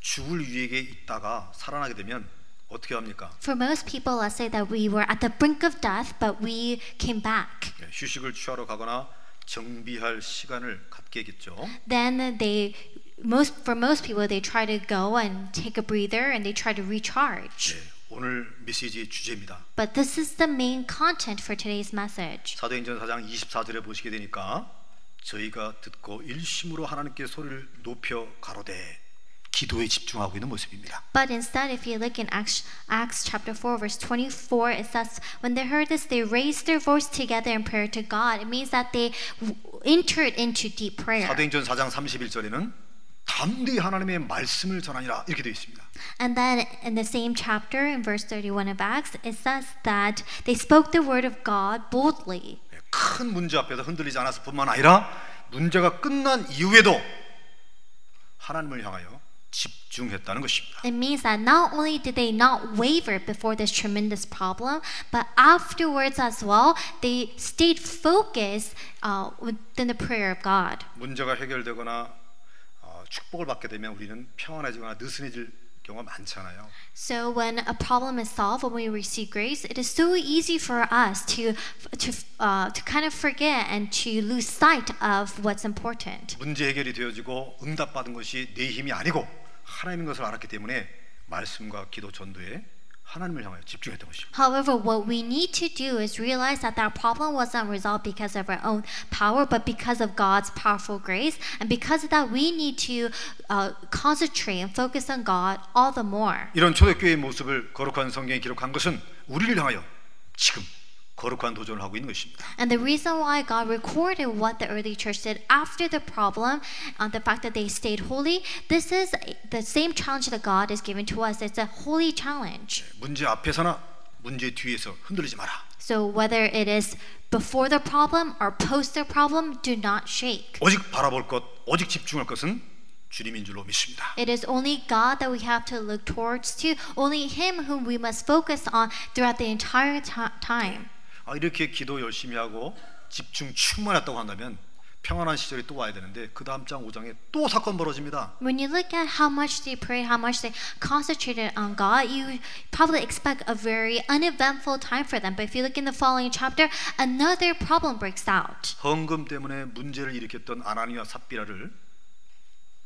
죽을 위기에 있다가 살아나게 되면 어떻게 합니까? For most people, let's say that we were at the brink of death, but we came back. 예, 휴식을 취하러 가거나 정비할 시간을 갖게겠죠. Then they, most for most people, they try to go and take a breather, and they try to recharge. 예, 오늘 메시지의 주제입니다. But this is the main content for today's message. 사도행전 4장 24절에 보시게 되니까 저희가 듣고 일심으로 하나님께 소리를 높여 가로되 기도에 집중하고 있는 모습입니다. But instead, if you look in Acts, Acts chapter 4, verse 24, it says, When they heard this, they raised their voice together in prayer to God. It means that they w- entered into deep prayer. 사도행전 4장 31절에는 담대히 하나님의 말씀을 전하니라 이렇게 되어 있습니다. And then in the same chapter, in verse 31 of Acts, it says that they spoke the word of God boldly. 네, 큰 문제 앞에서 흔들리지 않았을 뿐만 아니라 문제가 끝난 이후에도 하나님을 향하여 집중했다는 것입니다. It means that not only did they not waver before this tremendous problem, but afterwards as well, they stayed focused uh, within the prayer of God. 문제가 해결되거나 어, 축복을 받게 되면 우리는 평안해지거나 느슨해질 경우가 많잖아요. So when a problem is solved, when we receive grace, it is so easy for us to to uh, to kind of forget and to lose sight of what's important. 문제 해결이 되어지고 응답받은 것이 내 힘이 아니고 하나님인 것을 알았기 때문에 말씀과 기도 전도에 하나님을 향하여 집중했던 것입니다. However, what we need to do is realize that that problem wasn't resolved because of our own power, but because of God's powerful grace. And because of that, we need to uh, concentrate and focus on God all the more. 이런 초대교회의 모습을 거룩한 성경에 기록한 것은 우리를 향하여 지금 거룩한 도전을 하고 있는 것입니다. And the reason why God recorded what the early church did after the problem, uh, the fact that they stayed holy, this is the same challenge that God is giving to us. It's a holy challenge. 문제 앞에서나 문제 뒤에서 흔들리지 마라. So whether it is before the problem or post the problem, do not shake. 오직 바라볼 것, 오직 집중할 것은 주님인 줄로 믿습니다. It is only God that we have to look towards to, only Him whom we must focus on throughout the entire ti- time. 아, 이렇게 기도 열심히 하고 집중 충만했다고 한다면 평안한 시절이 또 와야 되는데 그 다음 장 5장에 또 사건 벌어집니다. When you look at how much they prayed, how much they concentrated on God, you probably expect a very uneventful time for them. But if you look in the following chapter, another problem breaks out. 헌금 때문에 문제를 일으켰던 아나니와 삽비라를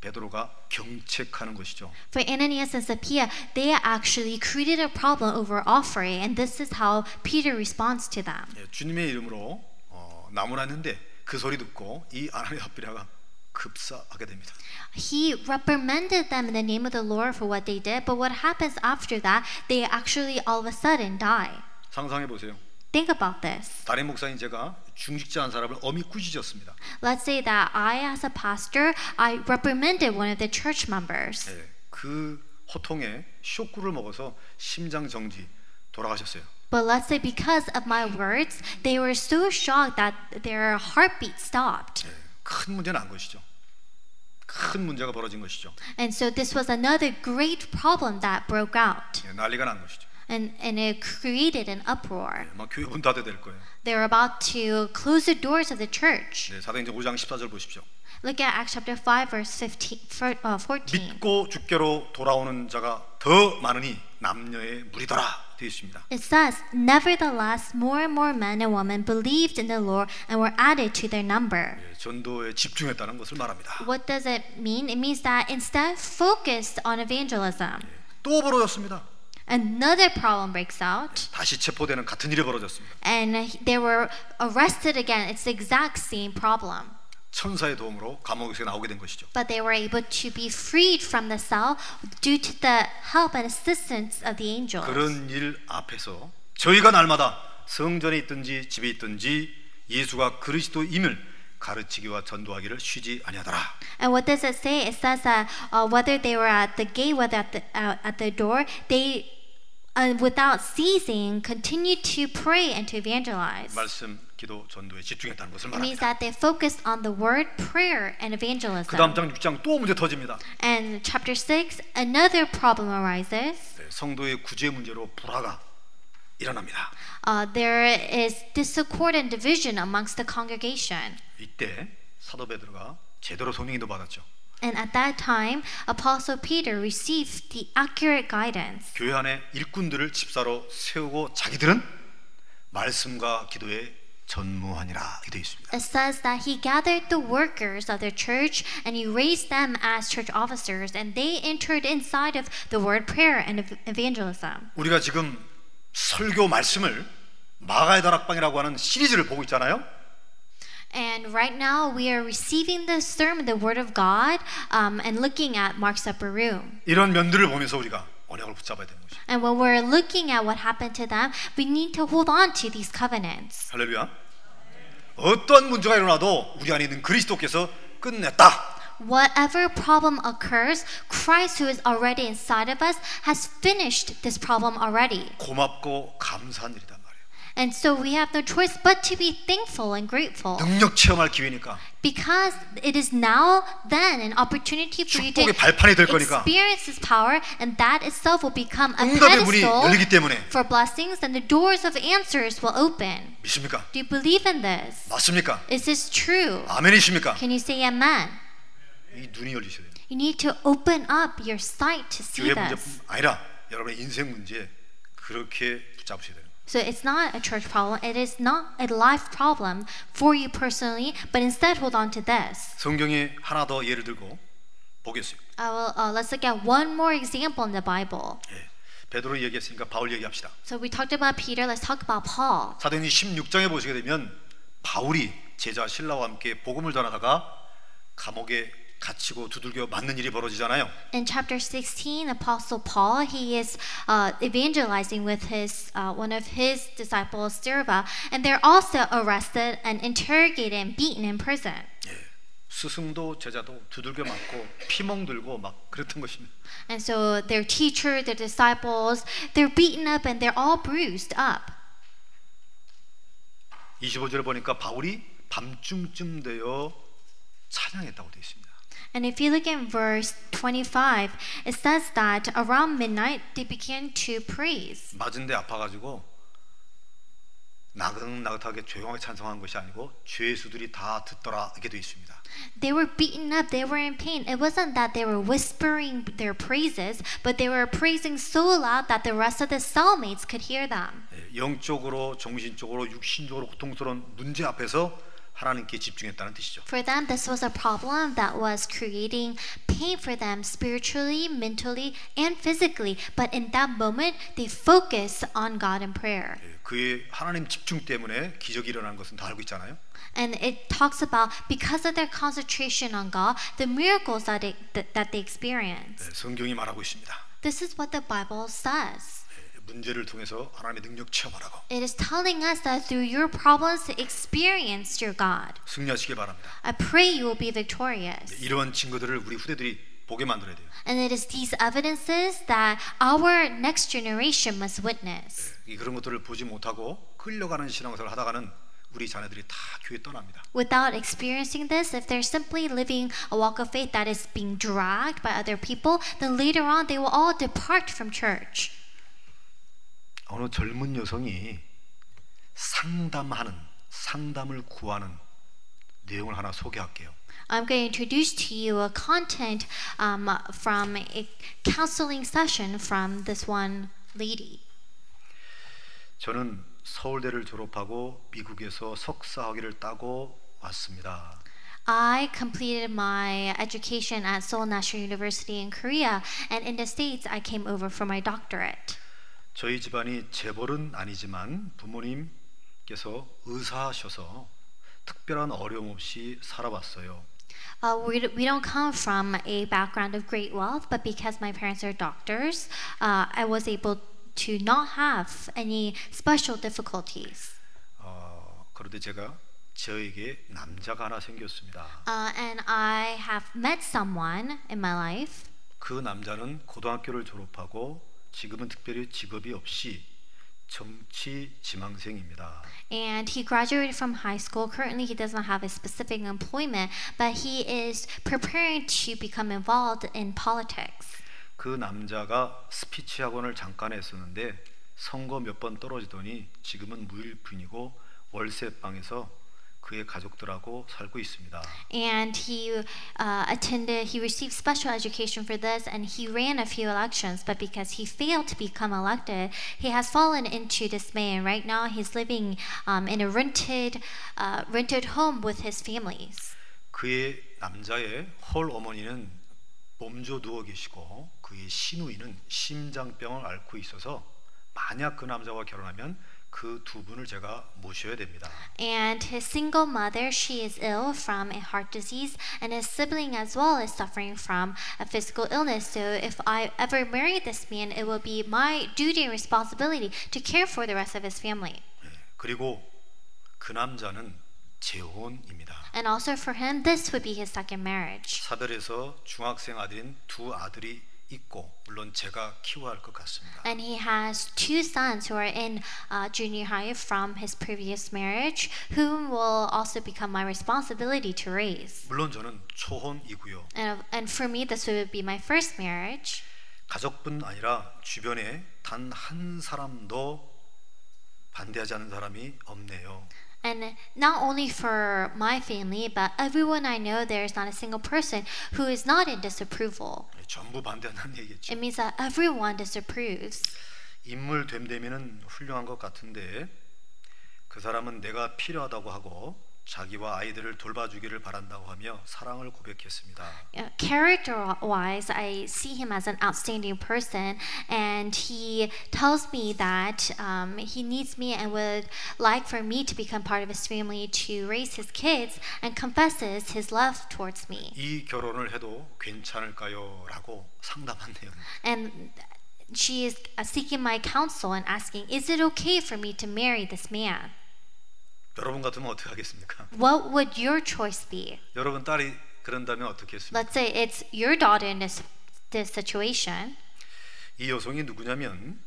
베드로가 경책하는 것이죠. For Ananias and Sapphira, they actually created a problem over offering, and this is how Peter responds to them. 예, 주님의 이름으로 어, 나무랐는데 그 소리 듣고 이 아나니아 삽비라가 급사하게 됩니다. He reprimanded them in the name of the Lord for what they did, but what happens after that, they actually all of a sudden die. 상상해 보세요. Think about this. 다른 목사인 제가 중직자 한 사람을 엄히 꾸짖었습니다. Let's say that I, as a pastor, I reprimanded one of the church members. 예, 그 호통에 쇼크를 먹어서 심장 정지 돌아가셨어요. But let's say because of my words, they were so shocked that their heartbeat stopped. 예, 큰 문제는 안 것이죠. 큰 문제가 벌어진 것이죠. And so this was another great problem that broke out. 예, 난리가 난 것이죠. And, and it created an uproar. 아마 교회 문 닫아야 될 거예요. They were about to close the doors of the church. 네, 사도행전 5장 14절 보십시오. Look at Acts chapter 5, verse 15, fir- uh, 14. 믿고 주께로 돌아오는 자가 더 많으니 남녀의 무리더라 되어 있습니다. It says, Nevertheless, more and more men and women believed in the Lord and were added to their number. 예, 전도에 집중했다는 것을 말합니다. What does it mean? It means that instead focused on evangelism. 또 벌어졌습니다. Another problem breaks out, 다시 체포되는 같은 일이 벌어졌습니다. and they were arrested again. It's the exact same problem. 천사의 도움으로 감옥에서 나오게 된 것이죠. But they were able to be freed from the cell due to the help and assistance of the angels. 그런 일 앞에서 저희가 날마다 성전에 있든지 집에 있든지 예수가 그리스도임을 가르치기와 전도하기를 쉬지 아니하더라. And what does it say? It says that uh, whether they were at the gate, whether at the, uh, at the door, they, uh, without ceasing, continued to pray and to evangelize. 말씀, 기도, 전도에 집중했다는 것을 It means 말합니다. that they focused on the word, prayer, and 그 evangelism. 다음 장 6장 또 문제 터집니다. And chapter 6, another problem arises. 네, 성도의 구제 문제로 불화가 일어납니다. Uh, there is discord and division amongst the congregation. 이때 사도 베드로가 제대로 소명이도 받았죠. And at that time, Apostle Peter received the accurate guidance. 교회 안에 일꾼들을 집사로 세우고 자기들은 말씀과 기도에 전무하니라 이되어 있습니다. It says that he gathered the workers of the church and he raised them as church officers, and they entered inside of the word prayer and ev- evangelism. 우리가 지금 설교 말씀을 마가의 다락방이라고 하는 시리즈를 보고 있잖아요. And right now, we are receiving the sermon, the word of God, um, and looking at Mark's upper room. 이런 면들을 보면서 우리가 언약을 붙잡아야 되는 거죠. And when we're looking at what happened to them, we need to hold on to these covenants. 할렐루야. 어떤 문제가 일어나도 우리 안에 있는 그리스도께서 끝냈다. Whatever problem occurs, Christ, who is already inside of us, has finished this problem already. 고맙고 감사한 일이단 말이에요. And so we have no choice but to be thankful and grateful. 능력 체험할 기회니까 Because it is now then an opportunity for you to 축복의 발판이 될 거니까. experience His power, and that itself will become a 응답의 문이 pedestal 열리기 때문에 for blessings, and the doors of answers will open. 믿습니까? Do you believe in this? 맞습니까? Is this true? 아멘이십니까? Can you say Amen? 이 눈이 열리셔야 돼요. You need to open up your sight to see 교회 this. 문제뿐 아니라 여러분의 인생 문제 그렇게 붙잡으셔야 돼요. So it's not a church problem. It is not a life problem for you personally, but instead hold on to this. 성경에 하나 더 예를 들고 보겠습니다. I will, uh, let's look at one more example in the Bible. 예. 베드로 얘기했으니까 바울 얘기합시다. So we talked about Peter. Let's talk about Paul. 사도행전 16장에 보시게 되면 바울이 제자 신라와 함께 복음을 전하다가 감옥에 갇히고 두들겨 맞는 일이 벌어지잖아요. In chapter 16, Apostle Paul, he is uh, evangelizing with his uh, one of his disciples, Stirba, and they're also arrested and interrogated and beaten in prison. 예. 스승도 제자도 두들겨 맞고 피멍 들고 막 그랬던 것입니다. And so their teacher, their disciples, they're beaten up and they're all bruised up. 25절에 보니까 바울이 밤중쯤 되어 찬양했다고 되어 있습니다. And if you look in verse 25, it says that around midnight they began to praise. 맞은데 아파가지고 나긋나긋하게 조용하게 찬성한 것이 아니고 죄수들이 다 듣더라 이렇게 되어 있습니다. They were beaten up, they were in pain. It wasn't that they were whispering their praises, but they were praising so loud that the rest of the cellmates could hear them. 예, 영적으로 정신적으로 육신적으로 고통스러운 문제 앞에서 하나님께 집중했다는 뜻이죠. For them, this was a problem that was creating pain for them spiritually, mentally, and physically. But in that moment, they focused on God in prayer. 예, 그의 하나님 집중 때문에 기적이 일어난 것은 다 알고 있잖아요. And it talks about because of their concentration on God, the miracles that, it, that, that they 예, experience. 성경이 말하고 있습니다. This is what the Bible says. 예, 문제를 통해서 하나님의 능력 체험하라고 It is telling us that through your problems, experience your God. 승리하시길 바랍니다. I pray you will be 예, victorious. 이러한 증거들을 우리 후대들이 보게 만들어야 돼요. And it is these evidences that our next generation must witness. 이 예, 그런 것들을 보지 못하고 끌려가는 신앙생활을 하다가는 우리 자녀들이 다 교회 떠납니다. Without experiencing this, if they're simply living a walk of faith that is being dragged by other people, then later on they will all depart from church. 어느 젊은 여성이 상담하는 상담을 구하는 내용을 하나 소개할게요. I'm going to introduce to you a content um, from a counseling session from this one lady. 저는 서울대를 졸업하고 미국에서 석사 학위를 따고 왔습니다. I completed my education at Seoul National University in Korea, and in the States, I came over for my doctorate. 저희 집안이 재벌은 아니지만 부모님께서 의사하셔서 특별한 어려움 없이 살아왔어요. Uh, we, we don't come from a background of great wealth, but because my parents are doctors, uh, I was able to not have any special difficulties. 어, 그런데 제가 저에게 남자가 하나 생겼습니다. Uh, and I have met someone in my life 그 남자는 고등학교를 졸업하고 지금은 특별히 직업이 없이 정치 지망생입니다. And he graduated from high school. Currently, he doesn't have a specific employment, but he is preparing to become involved in politics. 그 남자가 스피치 학원을 잠깐 했었는데 선거 몇 번 떨어지더니 지금은 무일푼이고 월세방에서 그의 가족들하고 살고 있습니다. And he uh, attended, he received special education for this, and he ran a few elections, but because he failed to become elected, he has fallen into dismay. And right now, he's living um, in a rented, uh, rented home with his families. 그의 남자의 헐 어머니는 몸조 누워 계시고 그의 시누이는 심장병을 앓고 있어서 만약 그 남자와 결혼하면 그 두 분을 제가 모셔야 됩니다. And his single mother, she is ill from a heart disease, and his sibling as well is suffering from a physical illness. So, if I ever marry this man, it will be my duty and responsibility to care for the rest of his family. 그리고 그 남자는 재혼입니다. And also for him, this would be his second marriage. 사별해서 중학생 아들인 두 아들이 있고 물론 제가 키워야 할 것 같습니다. And he has two sons who are in uh, junior high from his previous marriage, whom will also become my responsibility to raise. 물론 저는 초혼이고요. And, and for me, this would be my first marriage. 가족뿐 아니라 주변에 단 한 사람도 반대하지 않는 사람이 없네요. And not only for my family, but everyone I know, there is not a single person who is not in disapproval. 네, 전부 반대한다는 (laughs) 얘기겠죠. It means that everyone disapproves. 인물 됨됨이는 훌륭한 것 같은데 그 사람은 내가 필요하다고 하고 자기와 아이들을 돌봐주기를 바란다고 하며 사랑을 고백했습니다. Uh, Character-wise, I see him as an outstanding person, and he tells me that um, he needs me and would like for me to become part of his family to raise his kids, and confesses his love towards me. 이 결혼을 해도 괜찮을까요?라고 상담한 내용. And she is uh, seeking my counsel and asking, "Is it okay for me to marry this man? 여러분 같으면 어떻게 하겠습니까? What would your choice be? 여러분 딸이 그런다면 어떻겠습니까? Let's say it's your daughter in this this situation." 이 여성이 누구냐면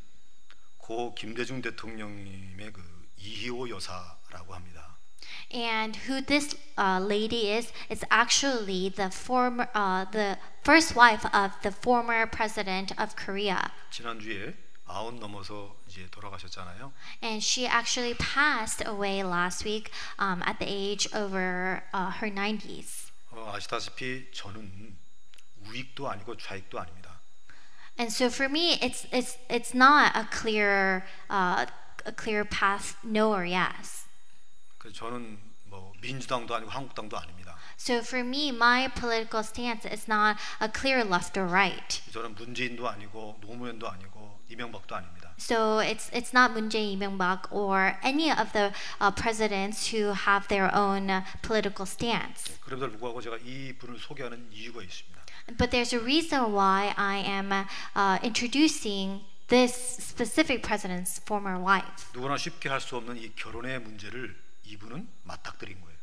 고 김대중 대통령님의 그 이희호 여사라고 합니다. And who this uh, lady is is actually the former, uh, the first wife of the former president of Korea, 지난주에 아흔 넘어서 이제 돌아가셨잖아요. and she actually passed away last week um, at the age over uh, her 90s. 어, 아시다시피 저는 우익도 아니고 좌익도 아닙니다. And so for me, it's it's it's not a clear uh, a clear path, no or yes. 그래서 저는 뭐 민주당도 아니고 한국당도 아닙니다. So for me, my political stance is not a clear left or right. 저는 문재인도 아니고 노무현도 아니고 이명박도 아닙니다. So it's it's not Moon Jae Myung Bak or any of the uh, presidents who have their own uh, political stance. 그럼에도 불구하고 제가 이 분을 소개하는 이유가 있습니다. But there's a reason why I am uh, uh, introducing this specific president's former wife. 누구나 쉽게 할 수 없는 이 결혼의 문제를 이분은 맞닥뜨린 거예요.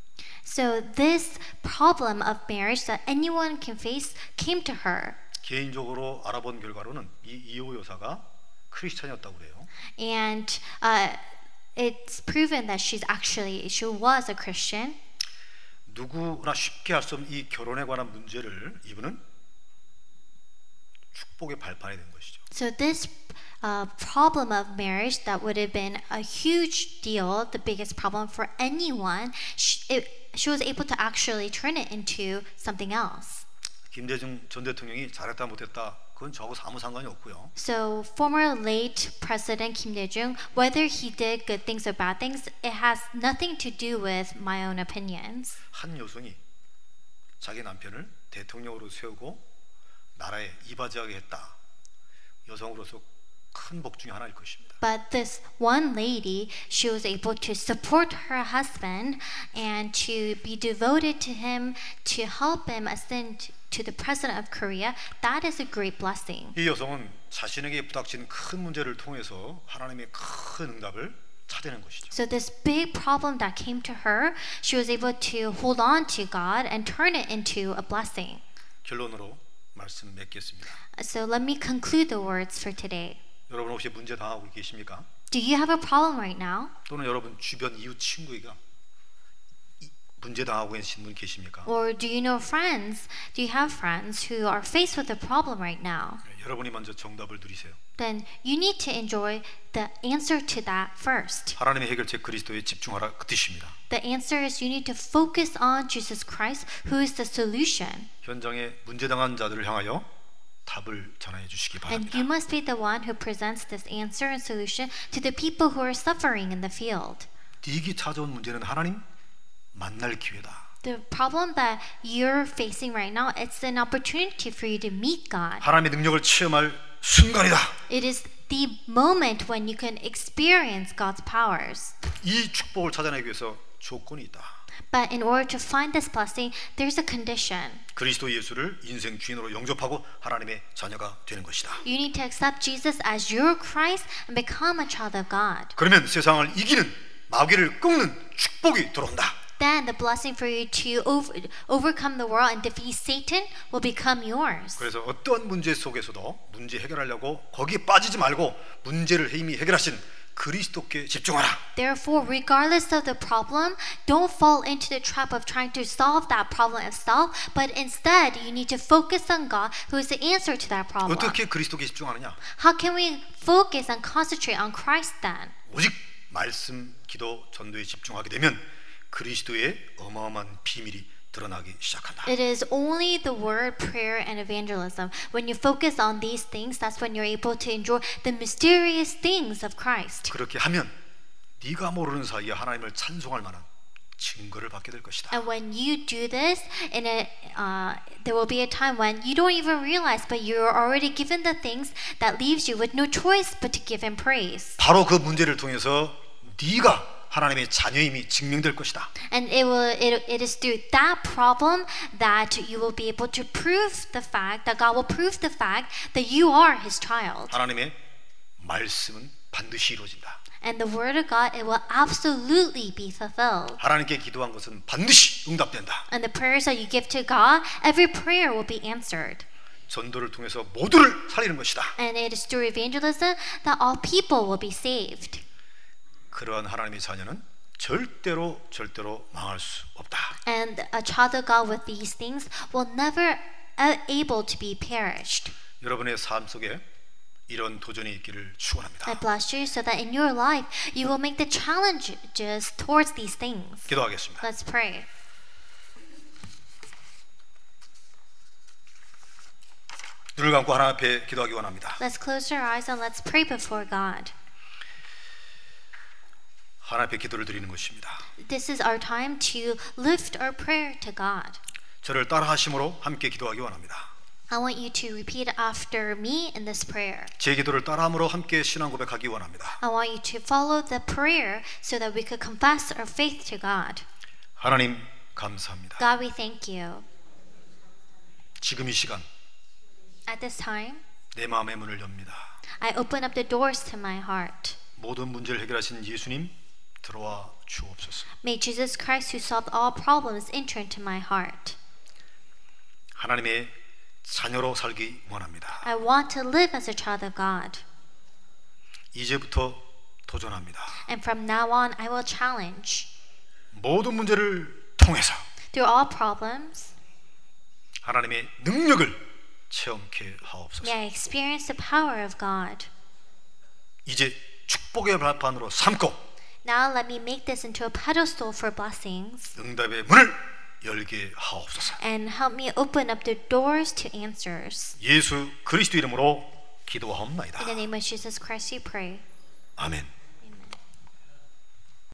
So this problem of marriage that anyone can face came to her, 개인적으로 알아본 결과로는 이 이호 여사가 크리스찬이었다고 그래요. and uh, it's proven that she's actually she was a Christian. 누구나 쉽게 할 수 없는 이 결혼에 관한 문제를 이분은 축복의 발판이 된 것이죠. So this uh, problem of marriage that would have been a huge deal, the biggest problem for anyone, she, it, she was able to actually turn it into something else. 김대중 전 대통령이 잘했다 못했다 그건 저하고 아무 상관이 없고요. So former late President Kim Dae Jung, whether he did good things or bad things, it has nothing to do with my own opinions. 한 여성이 자기 남편을 대통령으로 세우고 나라에 이바지하게 했다. 여성으로서 큰 복 중에 하나일 것입니다. But this one lady, she was able to support her husband and to be devoted to him, to help him ascend to the president of Korea. That is a great blessing. 이 여성은 자신에게 부닥친 큰 문제를 통해서 하나님의 큰 응답을 찾아낸 것이죠. So, this big problem that came to her, she was able to hold on to God and turn it into a blessing. 결론으로 말씀 맺겠습니다. So, let me conclude the words for today. 여러분 혹시 문제 당하고 계십니까? Do you have a problem right now? 또는 여러분 주변 이웃 친구가 이- 문제 당하고 계신 분 계십니까? Or do you know friends? Do you have friends who are faced with a problem right now? 네, 여러분이 먼저 정답을 누리세요. then you need to enjoy the answer to that first. 하나님의 해결책 그리스도에 집중하라 그 뜻입니다. The answer is you need to focus on Jesus Christ, who is the solution. 현장에 문제 당한 자들을 향하여 답을 전해 주시기 And 바랍니다. you must be the one who presents this answer and solution to the people who are suffering in the field. 네게 찾아온 문제는 하나님 만날 기회다. The problem that you're facing right now, it's an opportunity for you to meet God. 하나님의 능력을 체험할 순간이다. It is the moment when you can experience God's powers. 이 축복을 찾아내기 위해서 조건이 있다. But in order to find this blessing, there's a condition. 그리스도 예수를 인생 주인으로 영접하고 하나님의 자녀가 되는 것이다. You need to accept Jesus as your Christ and become a child of God. 그러면 세상을 이기는 마귀를 꺾는 축복이 들어온다. Then the blessing for you to over, overcome the world and defeat Satan will become yours. 그래서 어떠한 문제 속에서도 문제 해결하려고 거기에 빠지지 말고 문제를 이미 해결하신 그리스도께 집중하라. Therefore, regardless of the problem, don't fall into the trap of trying to solve that problem itself, but instead you need to focus on God, who is the answer to that problem. 어떻게 그리스도께 집중하느냐? How can we focus and concentrate on Christ then? 오직 말씀, 기도, 전도에 집중하게 되면 그리스도의 어마어마한 비밀이 드러나기 시작한다. It is only the word, prayer, and evangelism. When you focus on these things, that's when you're able to enjoy the mysterious things of Christ. 그렇게 하면 네가 모르는 사이에 하나님을 찬송할 만한 증거를 받게 될 것이다. And when you do this, in a, uh, there will be a time when you don't even realize, but you're already given the things that leaves you with no choice but to give Him praise. 바로 그 문제를 통해서 네가 하나님의 자녀임이 증명될 것이다. And it will. It, it is through that problem that you will be able to prove the fact that God will prove the fact that you are His child. 하나님의 말씀은 반드시 이루어진다. And the word of God, it will absolutely be fulfilled. 하나님께 기도한 것은 반드시 응답된다. And the prayers that you give to God, every prayer will be answered. 전도를 통해서 모두를 살리는 것이다. And it is through evangelism that all people will be saved. 그러한 하나님의 자녀는 절대로 절대로 망할 수 없다. And a child of God with these things will never uh, able to be perished. 여러분의 삶 속에 이런 도전이 있기를 I 축원합니다. bless you so that in your life you will make the challenges towards these things. 기도하겠습니다. Let's pray. 눈을 감고 하나님 앞에 기도하기 원합니다. Let's close our eyes and let's pray before God. 하나님 앞에 기도를 드리는 것입니다. This is our time to lift our prayer to God. 저를 따라 하심으로 함께 기도하기 원합니다. I want you to repeat after me in this prayer. 제 기도를 따라함으로 함께 신앙 고백하기 원합니다. I want you to follow the prayer so that we could confess our faith to God. 하나님 감사합니다. God, we thank you. 지금 이 시간 At this time, 내 마음의 문을 엽니다. I open up the doors to my heart. 모든 문제를 해결하신 예수님 들어와 주옵소서. May Jesus Christ, who solved all problems, enter into my heart. 하나님의 자녀로 살기 원합니다. I want to live as a child of God. 이제부터 도전합니다. And from now on, I will challenge 모든 문제를 통해서 through all problems. 하나님의 능력을 체험케 하옵소서. May I experience the power of God. 이제 축복의 발판으로 삼고 Now let me make this into a pedestal for blessings 응답의 문을 열게 하옵소서. and help me open up the doors to answers. 예수 그리스도 이름으로 기도하옵나이다. 네. In the name of Jesus Christ, we pray. 아멘.